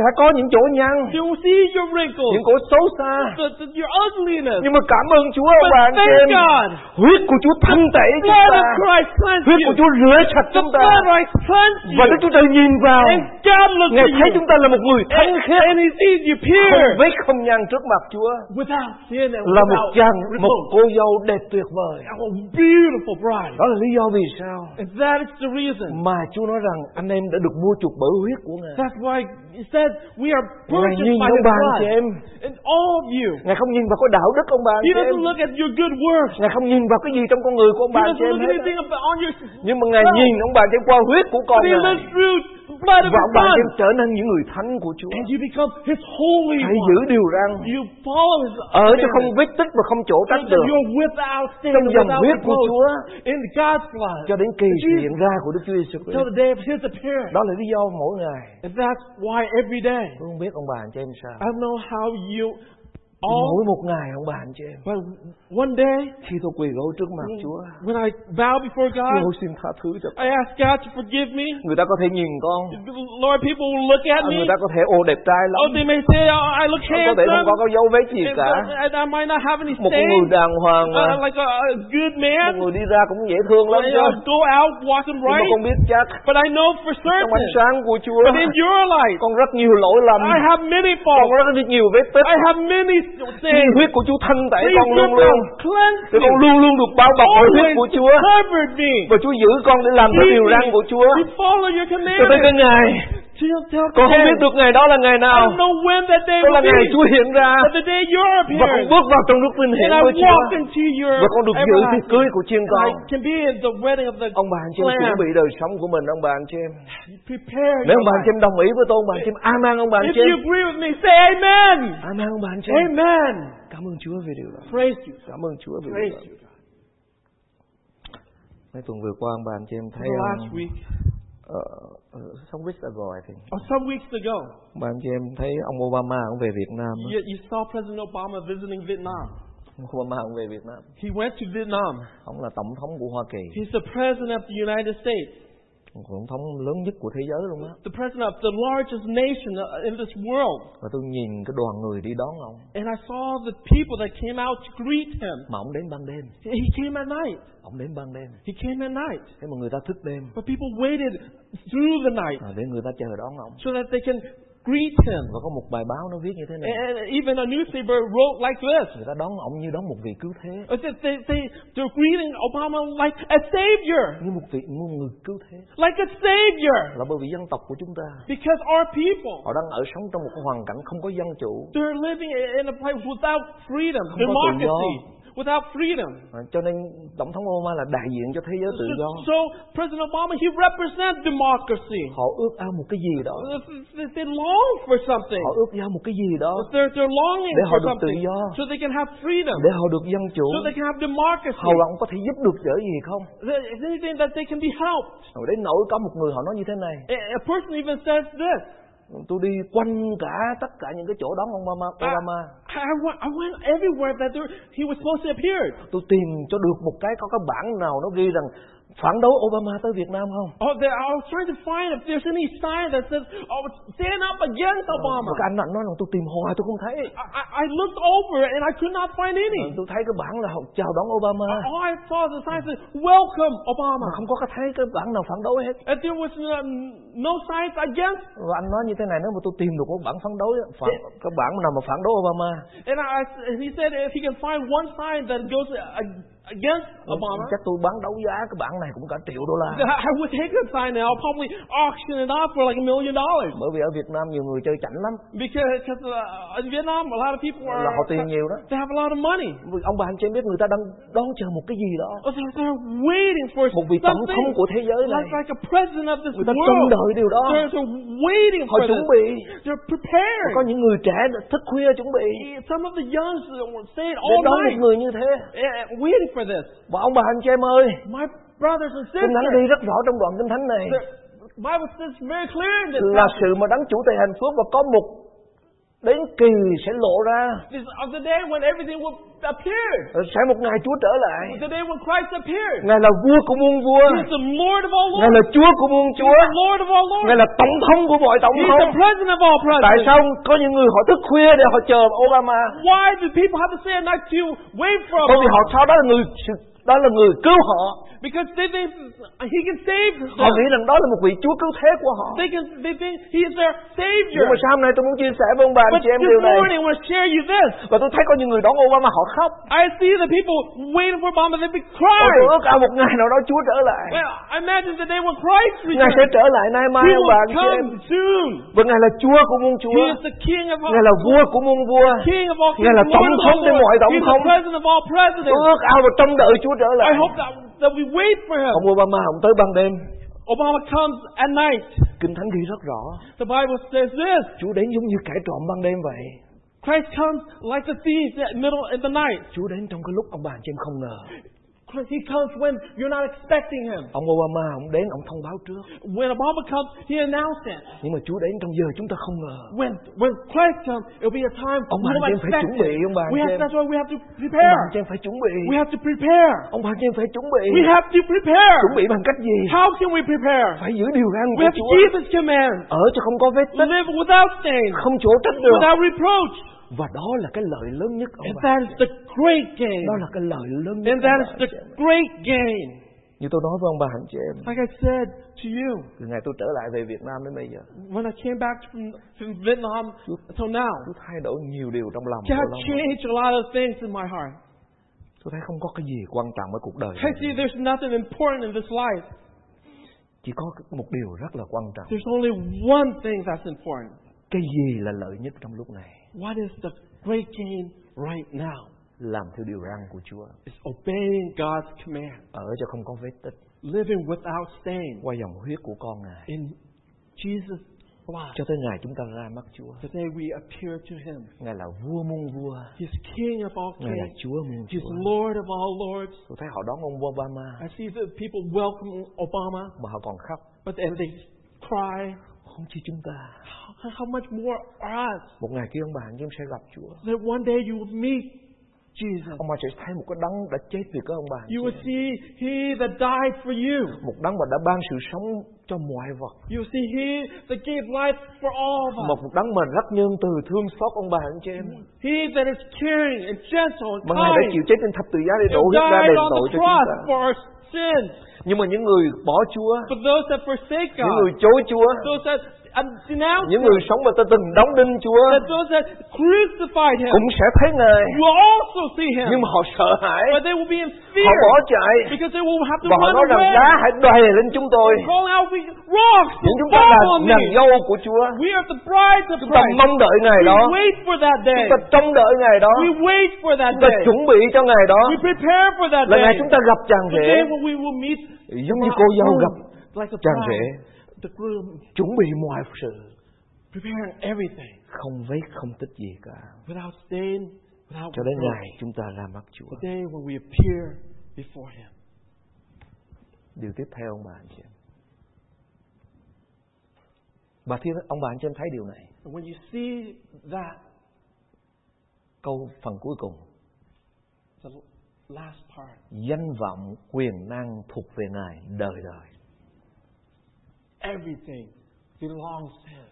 Speaker 1: sẽ có những chỗ nhăn
Speaker 2: you will see your wrinkles,
Speaker 1: những chỗ xấu xa
Speaker 2: the- the- your ugliness.
Speaker 1: nhưng mà cảm ơn Chúa ông
Speaker 2: But
Speaker 1: bà anh chị
Speaker 2: thank
Speaker 1: em
Speaker 2: God,
Speaker 1: huyết của Chúa thanh tẩy
Speaker 2: the
Speaker 1: chúng
Speaker 2: blood
Speaker 1: ta
Speaker 2: of Christ cleansed
Speaker 1: huyết của
Speaker 2: you.
Speaker 1: Chúa rửa sạch
Speaker 2: The
Speaker 1: chúng ta
Speaker 2: blood of Christ cleansed
Speaker 1: và Đức
Speaker 2: you.
Speaker 1: Chúa Trời nhìn vào
Speaker 2: And God looks
Speaker 1: Ngài
Speaker 2: at
Speaker 1: thấy
Speaker 2: you.
Speaker 1: chúng ta là một người thánh
Speaker 2: And,
Speaker 1: khiết,
Speaker 2: and he sees you
Speaker 1: không
Speaker 2: pure
Speaker 1: vết không nhăn trước mặt Chúa,
Speaker 2: without sin and
Speaker 1: là một
Speaker 2: without
Speaker 1: chàng, một
Speaker 2: reproach.
Speaker 1: cô dâu đẹp tuyệt vời.
Speaker 2: Oh, beautiful bride.
Speaker 1: Đó là lý do vì sao
Speaker 2: And that is the reason.
Speaker 1: mà Chúa nói rằng anh em đã được mua chuộc bởi huyết của Ngài.
Speaker 2: That's why he said we are
Speaker 1: Ngài
Speaker 2: purchased
Speaker 1: nhìn
Speaker 2: by
Speaker 1: ông
Speaker 2: his
Speaker 1: bà anh chị
Speaker 2: blood.
Speaker 1: em,
Speaker 2: And all of you.
Speaker 1: Ngài không nhìn vào cái đạo đức ông bà anh
Speaker 2: He
Speaker 1: chị em,
Speaker 2: doesn't look at your good works.
Speaker 1: Ngài không nhìn vào cái gì trong con người của ông
Speaker 2: He
Speaker 1: bà anh chị
Speaker 2: doesn't
Speaker 1: em
Speaker 2: look at
Speaker 1: hết. á.
Speaker 2: anything about, on your
Speaker 1: Nhưng mà Ngài nhìn ông bà anh chị em qua huyết của con
Speaker 2: but he
Speaker 1: Ngài.
Speaker 2: lives through the blood of
Speaker 1: Và
Speaker 2: his
Speaker 1: ông bà anh
Speaker 2: son.
Speaker 1: chị em trở nên những người thánh của Chúa.
Speaker 2: And you become his holy
Speaker 1: Hãy
Speaker 2: one.
Speaker 1: giữ điều răn,
Speaker 2: You Oh, follow his
Speaker 1: ở cho Ờ, không
Speaker 2: commandments.
Speaker 1: vết tích và không chỗ
Speaker 2: So
Speaker 1: trách
Speaker 2: that
Speaker 1: được.
Speaker 2: you're without sin,
Speaker 1: Trong dòng
Speaker 2: without
Speaker 1: huyết của
Speaker 2: reproach.
Speaker 1: Chúa
Speaker 2: In God's blood.
Speaker 1: cho đến kỳ
Speaker 2: Jesus.
Speaker 1: hiện ra của Đức Chúa Giêsu
Speaker 2: Till
Speaker 1: Christ.
Speaker 2: the day of his appearance.
Speaker 1: Đó là lý do mỗi ngày
Speaker 2: And that's why every day.
Speaker 1: tôi không biết ông bà anh chị em sao.
Speaker 2: I don't know how you all,
Speaker 1: Mỗi một ngày ông bà anh chị em
Speaker 2: but one day
Speaker 1: khi tôi quỳ gối trước
Speaker 2: Ừ.
Speaker 1: mặt Chúa,
Speaker 2: when I bow before God,
Speaker 1: Chúa xin tha thứ cho con.
Speaker 2: I ask God to forgive me.
Speaker 1: Người ta có thể nhìn con,
Speaker 2: Lord, people will look at
Speaker 1: à,
Speaker 2: me.
Speaker 1: người ta có thể ô đẹp trai
Speaker 2: Oh,
Speaker 1: lắm,
Speaker 2: they may say, oh, I look
Speaker 1: không có thể không
Speaker 2: handsome.
Speaker 1: có cái dấu vết gì
Speaker 2: and
Speaker 1: cả.
Speaker 2: I, I might not have any
Speaker 1: Một con người
Speaker 2: stains.
Speaker 1: đàng hoàng mà,
Speaker 2: Uh, like a, a good
Speaker 1: một
Speaker 2: man.
Speaker 1: người đi ra cũng dễ thương lắm
Speaker 2: I,
Speaker 1: chứ.
Speaker 2: uh, go out walking
Speaker 1: Nhưng mà
Speaker 2: right.
Speaker 1: con biết chắc
Speaker 2: But I know for
Speaker 1: trong ánh
Speaker 2: certain
Speaker 1: sáng của Chúa,
Speaker 2: that in your life,
Speaker 1: con rất nhiều lỗi lầm,
Speaker 2: I have many
Speaker 1: con
Speaker 2: faults.
Speaker 1: rất nhiều vết tích.
Speaker 2: I have many
Speaker 1: Khi
Speaker 2: things.
Speaker 1: huyết của Chúa thanh tẩy
Speaker 2: Please,
Speaker 1: con luôn
Speaker 2: God,
Speaker 1: luôn.
Speaker 2: cleanse
Speaker 1: Thì
Speaker 2: me.
Speaker 1: con luôn luôn được bao bọc bởi huyết
Speaker 2: Always
Speaker 1: của Chúa.
Speaker 2: covered me.
Speaker 1: Và Chúa giữ con để làm theo điều
Speaker 2: Keep me.
Speaker 1: răn của Chúa.
Speaker 2: You follow your
Speaker 1: Cho tới cái
Speaker 2: commandments.
Speaker 1: ngày,
Speaker 2: Till- till
Speaker 1: con không
Speaker 2: today.
Speaker 1: biết được ngày đó là ngày
Speaker 2: I
Speaker 1: nào.
Speaker 2: don't know when that day
Speaker 1: Đó là
Speaker 2: will
Speaker 1: ngày
Speaker 2: be.
Speaker 1: Chúa hiện ra.
Speaker 2: But the day you're
Speaker 1: Và con
Speaker 2: appearing.
Speaker 1: bước vào trong nước vinh hiển
Speaker 2: And I
Speaker 1: với Chúa.
Speaker 2: walk into your
Speaker 1: Và con được dự tiệc
Speaker 2: everlasting.
Speaker 1: cưới của chiên
Speaker 2: And
Speaker 1: con.
Speaker 2: I can be in the wedding of the
Speaker 1: Ông bà anh chị em chuẩn
Speaker 2: Lamb.
Speaker 1: bị đời sống của mình, ông bà anh chị em.
Speaker 2: Prepare
Speaker 1: Nếu
Speaker 2: your
Speaker 1: ông bà anh chị
Speaker 2: life.
Speaker 1: em đồng ý với tôi, ông bà anh chị em, amen ông bà anh
Speaker 2: If
Speaker 1: chị
Speaker 2: you
Speaker 1: em.
Speaker 2: agree with me, say amen.
Speaker 1: Amen ông bà anh chị em.
Speaker 2: Amen.
Speaker 1: Cảm ơn Chúa về điều đó.
Speaker 2: Praise you.
Speaker 1: Cảm ơn Chúa về điều
Speaker 2: Praise
Speaker 1: đó.
Speaker 2: you.
Speaker 1: Mấy tuần vừa qua ông bà anh chị em thấy
Speaker 2: The
Speaker 1: không?
Speaker 2: last week,
Speaker 1: Ờ, ờ, some weeks ago I think.
Speaker 2: or some weeks ago,
Speaker 1: Bà anh chị em thấy ông Obama cũng về Việt Nam. á.
Speaker 2: you, you saw President Obama visiting Vietnam.
Speaker 1: Ông Obama cũng về Việt Nam.
Speaker 2: He went to Vietnam.
Speaker 1: Ông là tổng thống của Hoa Kỳ,
Speaker 2: He's the president of the United States,
Speaker 1: một tổng thống lớn nhất của thế giới luôn á.
Speaker 2: the president of the largest nation uh, in this world.
Speaker 1: Và tôi nhìn cái đoàn người đi đón ông,
Speaker 2: And I saw the people that came out to greet him.
Speaker 1: mà ông đến ban đêm,
Speaker 2: He came at night.
Speaker 1: ông đến ban đêm.
Speaker 2: He came at night.
Speaker 1: Thế mà người ta thức đêm
Speaker 2: But people waited through the night
Speaker 1: à, để người ta chờ đón ông.
Speaker 2: so that they can greet him.
Speaker 1: Và có một bài báo nó viết như thế này,
Speaker 2: And and even a newspaper wrote like this.
Speaker 1: người ta đón ông như đón một vị cứu thế,
Speaker 2: It said They, they, they're greeting Obama like a savior,
Speaker 1: như một vị như một người cứu thế.
Speaker 2: like a savior,
Speaker 1: Là bởi vì dân tộc của chúng ta,
Speaker 2: because our people,
Speaker 1: họ đang ở sống trong một cái hoàn cảnh không có dân chủ,
Speaker 2: they're living in a place without freedom,
Speaker 1: Không có tự
Speaker 2: democracy, without freedom.
Speaker 1: À, cho nên tổng thống Obama là đại diện cho thế giới tự do.
Speaker 2: So, President Obama, he represents democracy.
Speaker 1: Họ ước ao một cái gì đó,
Speaker 2: They, they long for something.
Speaker 1: họ ước ao một cái gì đó
Speaker 2: They're, they're longing
Speaker 1: Để họ
Speaker 2: for
Speaker 1: được tự
Speaker 2: something
Speaker 1: do.
Speaker 2: so they can have freedom,
Speaker 1: để họ được dân chủ.
Speaker 2: so they can have democracy.
Speaker 1: Hầu là ông có thể giúp được trở gì không?
Speaker 2: There is anything that they can be helped.
Speaker 1: Rồi Đến nỗi có một người họ nói như thế này,
Speaker 2: A, a person even says this.
Speaker 1: tôi đi quanh cả tất cả những cái chỗ đón ông Obama,
Speaker 2: I,
Speaker 1: Obama.
Speaker 2: I, went, I went everywhere that there, he was supposed to appear.
Speaker 1: tôi tìm cho được một cái có cái bản nào nó ghi rằng phản đối Obama tới Việt Nam không?
Speaker 2: Oh, there, I was trying to find if there's any sign that says, oh, stand up against Obama.
Speaker 1: Mà cái anh đó nói là tôi tìm hoài tôi không thấy.
Speaker 2: I, I, I looked over and I could not find any.
Speaker 1: Tôi thấy cái bản là họ chào đón Obama,
Speaker 2: All I saw was a sign that said, welcome
Speaker 1: mà
Speaker 2: Obama.
Speaker 1: không có cái thấy cái bản nào phản đối hết.
Speaker 2: And there was um, no signs against.
Speaker 1: Rồi anh nói như thế này nếu mà tôi tìm được một bản phản đối á, phản, cái bản nào mà phản đối Obama
Speaker 2: And, I, and he said if he can find one sign that goes ag- against
Speaker 1: Oh,
Speaker 2: Obama,
Speaker 1: chắc tôi bán đấu giá cái bản này cũng cả triệu đô la
Speaker 2: I I would take that sign and I'll probably auction it off for like a million dollars.
Speaker 1: bởi vì ở Việt Nam nhiều người chơi chảnh lắm
Speaker 2: Because cause, uh, in Vietnam, a lot of people are,
Speaker 1: là họ tiền nhiều đó
Speaker 2: they have a lot of money.
Speaker 1: Vì ông bà anh chị em biết người ta đang đón chờ một cái gì đó
Speaker 2: Oh, They're, they're waiting for
Speaker 1: một vị tổng thống
Speaker 2: something.
Speaker 1: của thế giới này
Speaker 2: Like, like a president of this
Speaker 1: người ta trông
Speaker 2: world.
Speaker 1: đợi điều đó
Speaker 2: They're, they're waiting
Speaker 1: họ
Speaker 2: for
Speaker 1: chuẩn
Speaker 2: this.
Speaker 1: bị
Speaker 2: They're
Speaker 1: có
Speaker 2: prepared.
Speaker 1: những người trẻ đã thức khuya chuẩn bị
Speaker 2: Some of the youngs were staying
Speaker 1: để
Speaker 2: all
Speaker 1: đón một
Speaker 2: night
Speaker 1: người như thế
Speaker 2: eh, waiting for this.
Speaker 1: và ông bà anh chị em ơi
Speaker 2: My brothers and
Speaker 1: kinh thánh
Speaker 2: sisters,
Speaker 1: đi rất rõ trong đoạn kinh thánh này
Speaker 2: the Bible says very clear in this
Speaker 1: là sự mà đấng chủ tề hành phước và có một đến kỳ sẽ lộ ra
Speaker 2: passage of the day when everything will appear.
Speaker 1: sẽ một ngày Chúa trở lại
Speaker 2: The day when Christ appeared.
Speaker 1: Ngài là vua của muôn vua
Speaker 2: He is the Lord of all
Speaker 1: Ngài
Speaker 2: lords.
Speaker 1: là Chúa của muôn
Speaker 2: He
Speaker 1: Chúa
Speaker 2: is the Lord of all
Speaker 1: Ngài
Speaker 2: lords.
Speaker 1: là tổng thống của mọi tổng
Speaker 2: He is
Speaker 1: thống
Speaker 2: the president of all
Speaker 1: Tại
Speaker 2: presidents.
Speaker 1: sao có những người họ thức khuya để họ chờ Obama
Speaker 2: Why do people have to say at night to wait for
Speaker 1: Bởi vì
Speaker 2: him?
Speaker 1: họ sau đó là người sự đó là người cứu họ
Speaker 2: Because they think he can save them.
Speaker 1: họ nghĩ rằng đó là một vị chúa cứu thế của họ
Speaker 2: They can, they think he is their savior.
Speaker 1: nhưng mà sáng hôm nay tôi muốn chia sẻ với ông bà anh
Speaker 2: But
Speaker 1: chị em
Speaker 2: this
Speaker 1: điều này
Speaker 2: morning I want to share you this.
Speaker 1: và tôi thấy có những người đón Obama họ khóc
Speaker 2: I see the people waiting for Obama. They be
Speaker 1: Ôi, tôi
Speaker 2: crying.
Speaker 1: ước ao một ngày nào đó Chúa trở lại
Speaker 2: Well, I imagine the day when Christ
Speaker 1: Ngài sẽ
Speaker 2: returns.
Speaker 1: trở lại nay mai
Speaker 2: Dạ. He
Speaker 1: ông
Speaker 2: will
Speaker 1: bà anh chị em
Speaker 2: come soon.
Speaker 1: Và Ngài là Chúa của muôn Chúa
Speaker 2: He is the King of all
Speaker 1: Ngài là vua của muôn vua
Speaker 2: King of all
Speaker 1: Ngài
Speaker 2: kings.
Speaker 1: là
Speaker 2: Lord
Speaker 1: tổng
Speaker 2: of all
Speaker 1: thống của
Speaker 2: lords.
Speaker 1: mọi tổng
Speaker 2: He's
Speaker 1: thống.
Speaker 2: the President of all
Speaker 1: Tôi
Speaker 2: presidents.
Speaker 1: ước ao và trông đợi Chúa trở lại
Speaker 2: I hope that, that we wait for him.
Speaker 1: Ông Obama ông tới ban đêm
Speaker 2: Obama comes at night.
Speaker 1: Kinh Thánh ghi rất rõ
Speaker 2: The Bible says this.
Speaker 1: Chúa đến giống như kẻ trộm ban đêm vậy
Speaker 2: Christ comes like the thief at middle in the night.
Speaker 1: Chúa đến trong cái lúc ông bà anh chị em không ngờ
Speaker 2: Christ- He comes when you're not expecting him.
Speaker 1: Ông Obama ông đến ông thông báo trước
Speaker 2: When Obama comes, he announced it.
Speaker 1: Nhưng mà Chúa đến trong giờ chúng ta không ngờ
Speaker 2: When when Christ comes, it'll be a time
Speaker 1: Ông bà
Speaker 2: we
Speaker 1: anh
Speaker 2: don't
Speaker 1: chị em phải
Speaker 2: expect
Speaker 1: chuẩn bị,
Speaker 2: it.
Speaker 1: ông bà anh
Speaker 2: We
Speaker 1: chị
Speaker 2: have,
Speaker 1: em.
Speaker 2: that's why we have to
Speaker 1: Ông
Speaker 2: prepare.
Speaker 1: bà anh chị em phải chuẩn bị
Speaker 2: We have to prepare.
Speaker 1: Ông bà anh chị em phải chuẩn bị
Speaker 2: We have to prepare.
Speaker 1: Chuẩn bị bằng cách gì
Speaker 2: How can we prepare?
Speaker 1: Phải giữ điều răn
Speaker 2: We
Speaker 1: của
Speaker 2: have to
Speaker 1: Chúa
Speaker 2: keep his commands.
Speaker 1: Ở cho không có vết tích
Speaker 2: Live without stain,
Speaker 1: Không chỗ trách được
Speaker 2: without reproach.
Speaker 1: Và đó là cái lợi lớn nhất ông
Speaker 2: And
Speaker 1: bà
Speaker 2: that is the great gain.
Speaker 1: Đó là cái lợi lớn nhất
Speaker 2: And
Speaker 1: ông
Speaker 2: that
Speaker 1: bà
Speaker 2: is
Speaker 1: anh chị em.
Speaker 2: the great gain.
Speaker 1: Như tôi nói với ông bà anh chị em
Speaker 2: Like I said to you,
Speaker 1: Từ ngày tôi trở lại về Việt Nam đến bây giờ
Speaker 2: when I came back from, from Vietnam until now,
Speaker 1: Tôi thay đổi nhiều điều trong lòng tôi
Speaker 2: God
Speaker 1: lắm.
Speaker 2: changed a lot of things in my heart.
Speaker 1: Tôi thấy không có cái gì quan trọng ở cuộc đời
Speaker 2: I
Speaker 1: này.
Speaker 2: see there's nothing important in this life.
Speaker 1: Chỉ có một điều rất là quan trọng
Speaker 2: There's only one thing that's important.
Speaker 1: Cái gì là lợi nhất trong lúc này
Speaker 2: What is the great gain right now?
Speaker 1: Làm theo điều răn của Chúa
Speaker 2: It's obeying God's command,
Speaker 1: Ở cho không có vết tích
Speaker 2: living without stain
Speaker 1: Qua dòng huyết của con Ngài
Speaker 2: in Jesus' blood.
Speaker 1: Cho tới ngày chúng ta ra mắt Chúa
Speaker 2: The day we appear to Him,
Speaker 1: Ngài là vua muôn vua
Speaker 2: He's King of all
Speaker 1: Ngài là
Speaker 2: kings,
Speaker 1: Chúa muôn
Speaker 2: He's
Speaker 1: Chúa
Speaker 2: Lord of all lords.
Speaker 1: Tôi thấy họ đón ông Obama
Speaker 2: I see the people welcome Obama,
Speaker 1: Mà họ còn khóc
Speaker 2: but then they cry.
Speaker 1: Không chỉ chúng ta
Speaker 2: How, how much more are us?
Speaker 1: Một ngày kia ông bà anh chị em sẽ gặp Chúa
Speaker 2: That one day you will meet Jesus.
Speaker 1: Ông bà sẽ thấy một cái đấng đã chết vì các ông bà anh
Speaker 2: You
Speaker 1: chị
Speaker 2: will
Speaker 1: em.
Speaker 2: see He that died for you.
Speaker 1: Một đấng mà đã ban sự sống cho mọi vật
Speaker 2: You see, He that gave life for all of us.
Speaker 1: Một đấng mà rất nhân từ thương xót ông bà anh chị em
Speaker 2: He that is caring and gentle and
Speaker 1: Mà Ngài đã
Speaker 2: kind.
Speaker 1: chịu chết trên thập tự giá để đổ
Speaker 2: who
Speaker 1: huyết ra
Speaker 2: died
Speaker 1: đền
Speaker 2: on
Speaker 1: tội
Speaker 2: the
Speaker 1: cho chúng
Speaker 2: cross
Speaker 1: ta
Speaker 2: for our sins.
Speaker 1: Nhưng mà những người bỏ Chúa
Speaker 2: For those that forsake
Speaker 1: Những người
Speaker 2: God.
Speaker 1: chối Chúa
Speaker 2: Those that uh, denounce
Speaker 1: Những
Speaker 2: Him.
Speaker 1: người sống mà ta từng đóng đinh Chúa
Speaker 2: That those that crucified Him
Speaker 1: Cũng sẽ thấy Ngài
Speaker 2: will also see Him.
Speaker 1: Nhưng mà họ sợ hãi
Speaker 2: But they will be in fear.
Speaker 1: Họ bỏ chạy
Speaker 2: Because they will have to
Speaker 1: Và họ
Speaker 2: run
Speaker 1: nói rằng
Speaker 2: away.
Speaker 1: giá hãy đòi lên chúng tôi
Speaker 2: Call out we rocks
Speaker 1: Những
Speaker 2: and
Speaker 1: chúng ta
Speaker 2: fall
Speaker 1: là
Speaker 2: on
Speaker 1: nàng
Speaker 2: me.
Speaker 1: dâu của Chúa
Speaker 2: We are the bride of
Speaker 1: Chúng ta
Speaker 2: Christ.
Speaker 1: mong đợi Ngài đó
Speaker 2: We wait for that day.
Speaker 1: Chúng ta trông đợi Ngài đó
Speaker 2: We wait for that
Speaker 1: Chúng ta
Speaker 2: day.
Speaker 1: chuẩn bị cho Ngài đó
Speaker 2: We prepare for that
Speaker 1: Là ngày
Speaker 2: day.
Speaker 1: chúng ta gặp chàng
Speaker 2: The
Speaker 1: rể
Speaker 2: day when we Ừ. will meet
Speaker 1: Giống như cô dâu gặp
Speaker 2: like the
Speaker 1: chàng
Speaker 2: bride,
Speaker 1: rể
Speaker 2: the groom,
Speaker 1: Chuẩn bị mọi sự
Speaker 2: preparing everything
Speaker 1: Không vết không tích gì cả
Speaker 2: without stain, without
Speaker 1: Cho đến
Speaker 2: reproach.
Speaker 1: ngày chúng ta ra mắt Chúa
Speaker 2: The day when we appear before Him.
Speaker 1: Điều tiếp theo ông bà anh chị em Bà thiên ông bà anh chị em thấy điều này
Speaker 2: And when you see that,
Speaker 1: Câu phần cuối cùng
Speaker 2: the last part,
Speaker 1: Danh vọng quyền năng thuộc về Ngài đời đời
Speaker 2: everything belongs to Him.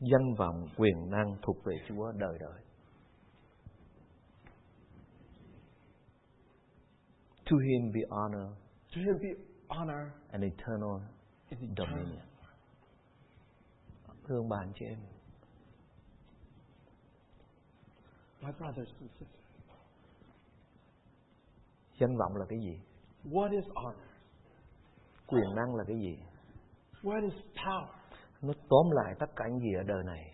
Speaker 1: Danh vọng quyền năng thuộc về Chúa đời đời To him be honor
Speaker 2: To Him be honor
Speaker 1: and eternal
Speaker 2: and eternal.
Speaker 1: dominion Thưa ông bà anh chị em
Speaker 2: My brothers and sisters,
Speaker 1: Danh vọng là cái gì?
Speaker 2: what is honor?
Speaker 1: Quyền năng là cái gì?
Speaker 2: What is power?
Speaker 1: Nó tóm lại tất cả những gì ở đời này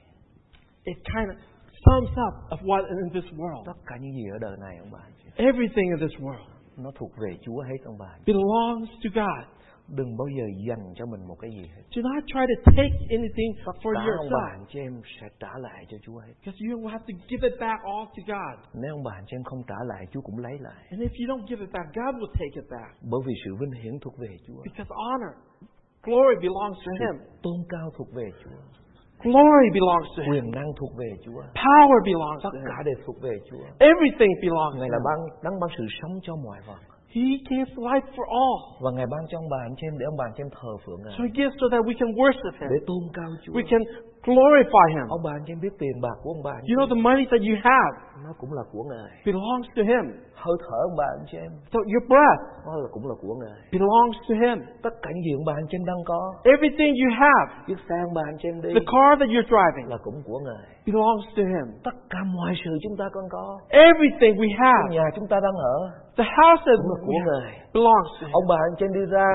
Speaker 2: It kind of sums up of what in this world.
Speaker 1: Tất cả những gì ở đời này ông bà anh chị em,
Speaker 2: Everything in this world
Speaker 1: Nó thuộc về Chúa hết ông bà anh chị
Speaker 2: belongs to God.
Speaker 1: em. Đừng bao giờ dành cho mình một cái gì hết
Speaker 2: Do not try to take anything for
Speaker 1: Cả ông bà
Speaker 2: yourself
Speaker 1: anh chị em sẽ trả lại cho Chúa hết
Speaker 2: because you will have to give it back all to God.
Speaker 1: Nếu ông bà anh chị em không trả lại Chúa cũng lấy lại
Speaker 2: And if you don't give it back, God will take it back
Speaker 1: Bởi vì sự vinh hiển thuộc về Chúa
Speaker 2: because honor, glory belongs to Him.
Speaker 1: Sự tôn cao thuộc về Chúa
Speaker 2: Glory belongs to Him.
Speaker 1: Quyền năng thuộc về Chúa
Speaker 2: Power belongs
Speaker 1: Tất
Speaker 2: to Him.
Speaker 1: cả đều thuộc về Chúa
Speaker 2: Everything belongs to
Speaker 1: Ngài là
Speaker 2: Him.
Speaker 1: ban đấng ban sự sống cho mọi vật
Speaker 2: He gives life for all.
Speaker 1: Và Ngài ban cho ông bà anh chị em để ông bà anh chị em thờ phượng Ngài
Speaker 2: So He gives so that we can worship Him.
Speaker 1: Để tôn cao Chúa
Speaker 2: We can Glorify Him.
Speaker 1: Ông bà anh em biết tiền bạc của ông bà anh
Speaker 2: You know, the money that you have
Speaker 1: nó cũng là của Ngài.
Speaker 2: belongs to Him.
Speaker 1: Hơi thở ông bà anh chị em
Speaker 2: So your breath
Speaker 1: nó là cũng là của Ngài.
Speaker 2: belongs to Him.
Speaker 1: Tất cả những gì ông bà anh chị em đang có,
Speaker 2: Everything you have,
Speaker 1: chiếc xe ông bà anh chị em đi
Speaker 2: the car that you're driving,
Speaker 1: là cũng của Ngài.
Speaker 2: belongs to Him.
Speaker 1: Tất cả mọi sự chúng ta còn có,
Speaker 2: Everything we
Speaker 1: cái
Speaker 2: have,
Speaker 1: nhà chúng ta đang ở
Speaker 2: the house that
Speaker 1: cũng là
Speaker 2: we
Speaker 1: của Ngài.
Speaker 2: have, belongs to Him.
Speaker 1: Ông bà anh chị em đi ra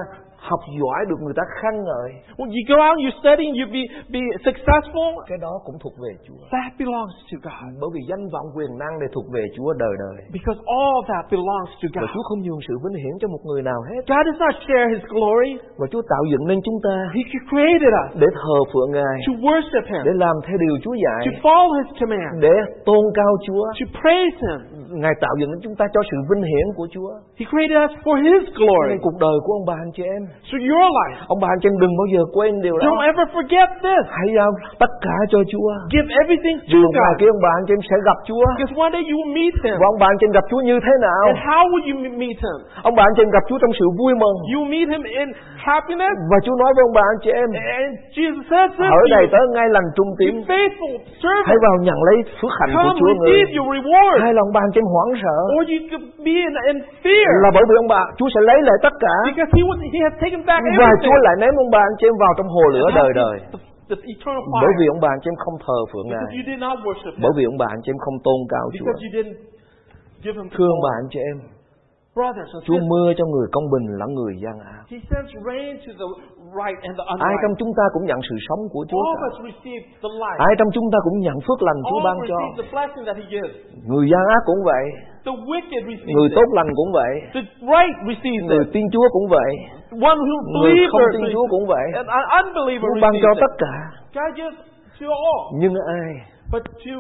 Speaker 1: học giỏi được người ta khen ngợi,
Speaker 2: When you go out and you study and you be, be successful,
Speaker 1: cái đó cũng thuộc về Chúa.
Speaker 2: that belongs to God.
Speaker 1: Bởi vì danh vọng quyền năng này thuộc về Chúa đời đời.
Speaker 2: Because all that belongs to
Speaker 1: Và
Speaker 2: God.
Speaker 1: Chúa không nhường sự vinh hiển cho một người nào hết.
Speaker 2: God does not share His glory.
Speaker 1: Và Chúa tạo dựng nên chúng ta
Speaker 2: He created us
Speaker 1: để thờ phượng Ngài,
Speaker 2: to worship
Speaker 1: để
Speaker 2: Him,
Speaker 1: làm theo điều Chúa dạy,
Speaker 2: to follow His command,
Speaker 1: để tôn cao Chúa.
Speaker 2: to praise Him.
Speaker 1: Ngài tạo dựng nên chúng ta cho sự vinh hiển của Chúa.
Speaker 2: He created us for His
Speaker 1: Cho nên
Speaker 2: glory.
Speaker 1: cuộc đời của ông bà anh chị em,
Speaker 2: So your life,
Speaker 1: ông bà anh chị em đừng bao giờ quên điều đó.
Speaker 2: don't ever forget this.
Speaker 1: Hãy giao tất cả cho Chúa.
Speaker 2: Give everything to
Speaker 1: Dù một ngày
Speaker 2: God.
Speaker 1: kia ông bà anh chị em sẽ gặp Chúa.
Speaker 2: Because one day you will meet Him.
Speaker 1: Và ông bà anh chị em gặp Chúa như thế nào?
Speaker 2: And how will you m- meet Him?
Speaker 1: Ông bà anh chị em gặp Chúa trong sự vui mừng.
Speaker 2: You will meet Him in happiness.
Speaker 1: Và Chúa nói với ông bà anh chị em,
Speaker 2: And Jesus says this
Speaker 1: ở
Speaker 2: to
Speaker 1: đây
Speaker 2: you,
Speaker 1: tới ngay lành trung tín.
Speaker 2: "You faithful servant.
Speaker 1: Hãy vào nhận lấy phước hạnh của
Speaker 2: Come
Speaker 1: Chúa người.
Speaker 2: receive your reward.
Speaker 1: Hai lòng bà anh chị em hoảng sợ.
Speaker 2: Or you could be in, in fear.
Speaker 1: Là bởi vì ông bà, Chúa sẽ lấy lại tất cả.
Speaker 2: Because he, was, he has taken back
Speaker 1: Và
Speaker 2: everything.
Speaker 1: Chúa lại ném ông bà anh chị em vào trong hồ lửa đời đời.
Speaker 2: The, the eternal
Speaker 1: Bởi
Speaker 2: fire.
Speaker 1: vì ông bà anh chị em không thờ phượng
Speaker 2: Because
Speaker 1: Ngài.
Speaker 2: you did not worship him.
Speaker 1: Bởi vì ông bà anh chị em không tôn cao Chúa.
Speaker 2: Because you didn't give him
Speaker 1: Thưa ông bà anh chị em,
Speaker 2: Brothers and
Speaker 1: Chúa
Speaker 2: sisters,
Speaker 1: mưa cho người công bình lẫn người gian ác.
Speaker 2: he sends rain to the right and the
Speaker 1: Ai trong
Speaker 2: unright.
Speaker 1: chúng ta cũng nhận sự sống của Chúa
Speaker 2: All of
Speaker 1: cả.
Speaker 2: us receive the light.
Speaker 1: Ai trong chúng ta cũng nhận phước lành Chúa
Speaker 2: All
Speaker 1: ban cho.
Speaker 2: receive the blessing that he gives.
Speaker 1: Người gian ác cũng vậy,
Speaker 2: The wicked receives
Speaker 1: người
Speaker 2: it.
Speaker 1: tốt lành cũng vậy,
Speaker 2: The right receives
Speaker 1: người
Speaker 2: it.
Speaker 1: tin Chúa cũng vậy,
Speaker 2: One who
Speaker 1: người
Speaker 2: believes
Speaker 1: không tin
Speaker 2: receives
Speaker 1: Chúa cũng vậy.
Speaker 2: it. And an unbeliever
Speaker 1: Chúa ban cho
Speaker 2: receives
Speaker 1: tất
Speaker 2: it.
Speaker 1: cả,
Speaker 2: God gives to all,
Speaker 1: nhưng ai
Speaker 2: but to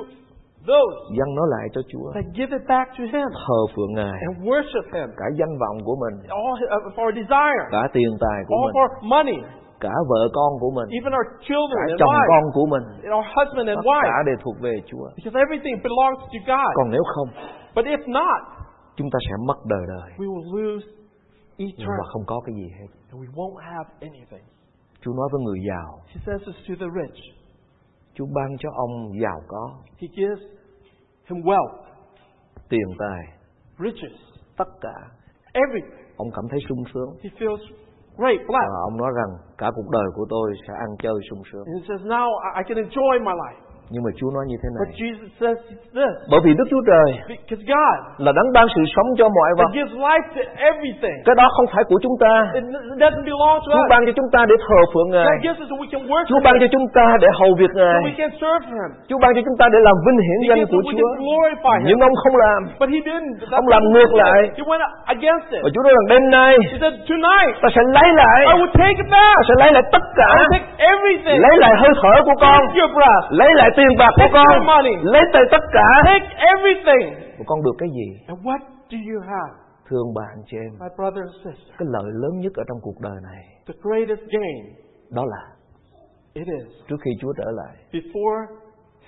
Speaker 2: those
Speaker 1: dâng nó lại cho Chúa,
Speaker 2: that give it back to him
Speaker 1: thờ phượng Ngài,
Speaker 2: and worship him.
Speaker 1: cả danh vọng của mình,
Speaker 2: All of our desire,
Speaker 1: cả tiền tài của
Speaker 2: all of
Speaker 1: mình,
Speaker 2: our money,
Speaker 1: cả vợ con của mình,
Speaker 2: even our
Speaker 1: cả
Speaker 2: children and
Speaker 1: chồng
Speaker 2: wives,
Speaker 1: con của mình,
Speaker 2: and our husband and
Speaker 1: tất cả
Speaker 2: wife,
Speaker 1: đều thuộc về Chúa.
Speaker 2: because everything belongs to God.
Speaker 1: Còn nếu không,
Speaker 2: But if not,
Speaker 1: chúng ta sẽ mất đời đời,
Speaker 2: we will lose
Speaker 1: nhưng mà
Speaker 2: eternal
Speaker 1: không có cái gì hết.
Speaker 2: and we won't have anything.
Speaker 1: Chúa nói với người giàu,
Speaker 2: He says this to the rich.
Speaker 1: Chúa ban cho ông giàu có,
Speaker 2: He gives him wealth,
Speaker 1: tiền tài,
Speaker 2: riches,
Speaker 1: tất cả.
Speaker 2: everything.
Speaker 1: Ông cảm thấy sung sướng.
Speaker 2: He feels great,
Speaker 1: Và
Speaker 2: blessed.
Speaker 1: ông nói rằng cả cuộc đời của tôi sẽ ăn chơi sung sướng.
Speaker 2: And he says, now I I can enjoy my life.
Speaker 1: Nhưng mà Chúa nói như thế
Speaker 2: But
Speaker 1: này.
Speaker 2: Jesus says this,
Speaker 1: Bởi vì Đức Chúa Trời
Speaker 2: because God
Speaker 1: là đấng ban sự sống cho mọi
Speaker 2: that
Speaker 1: vật.
Speaker 2: gives life to everything.
Speaker 1: Cái đó không phải của chúng ta.
Speaker 2: It it doesn't belong to
Speaker 1: Chúa
Speaker 2: us.
Speaker 1: ban cho chúng ta để thờ phượng Ngài.
Speaker 2: God gives us so we can
Speaker 1: Chúa
Speaker 2: worship
Speaker 1: ban
Speaker 2: Him,
Speaker 1: cho chúng ta để hầu việc
Speaker 2: so
Speaker 1: Ngài.
Speaker 2: we can serve Him.
Speaker 1: Chúa ban cho chúng ta để làm vinh hiển
Speaker 2: He
Speaker 1: danh
Speaker 2: gives us
Speaker 1: của
Speaker 2: so we
Speaker 1: Chúa.
Speaker 2: can glorify Him.
Speaker 1: Nhưng ông không làm.
Speaker 2: But He didn't. That's
Speaker 1: Ông
Speaker 2: what
Speaker 1: làm
Speaker 2: he
Speaker 1: ngược
Speaker 2: did.
Speaker 1: lại.
Speaker 2: He went against it.
Speaker 1: Và Chúa nói rằng đêm nay
Speaker 2: He said, tonight
Speaker 1: ta sẽ lấy lại.
Speaker 2: I will take it back.
Speaker 1: Ta sẽ lấy lại tất cả.
Speaker 2: I will take everything.
Speaker 1: Lấy lại hơi thở của con.
Speaker 2: Take your breath.
Speaker 1: Lấy lại tiền bạc của
Speaker 2: Take
Speaker 1: con.
Speaker 2: your money.
Speaker 1: Lấy lại tất cả.
Speaker 2: Take everything.
Speaker 1: Mà con được cái gì?
Speaker 2: And what do you have,
Speaker 1: Thưa ông bà anh chị em,
Speaker 2: my brother and sister?
Speaker 1: cái lợi lớn nhất ở trong cuộc đời này
Speaker 2: The greatest gain
Speaker 1: đó là
Speaker 2: it is
Speaker 1: trước khi Chúa trở lại
Speaker 2: before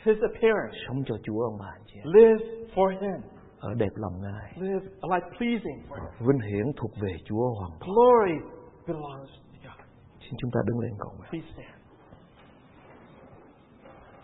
Speaker 2: His appearance.
Speaker 1: sống cho Chúa ông bà anh chị em,
Speaker 2: Live for Him.
Speaker 1: ở đẹp lòng Ngài
Speaker 2: Live a life pleasing for Him.
Speaker 1: vinh hiển thuộc về Chúa hoàn toàn
Speaker 2: Glory belongs to God.
Speaker 1: xin chúng ta đứng lên cùng
Speaker 2: Please stand.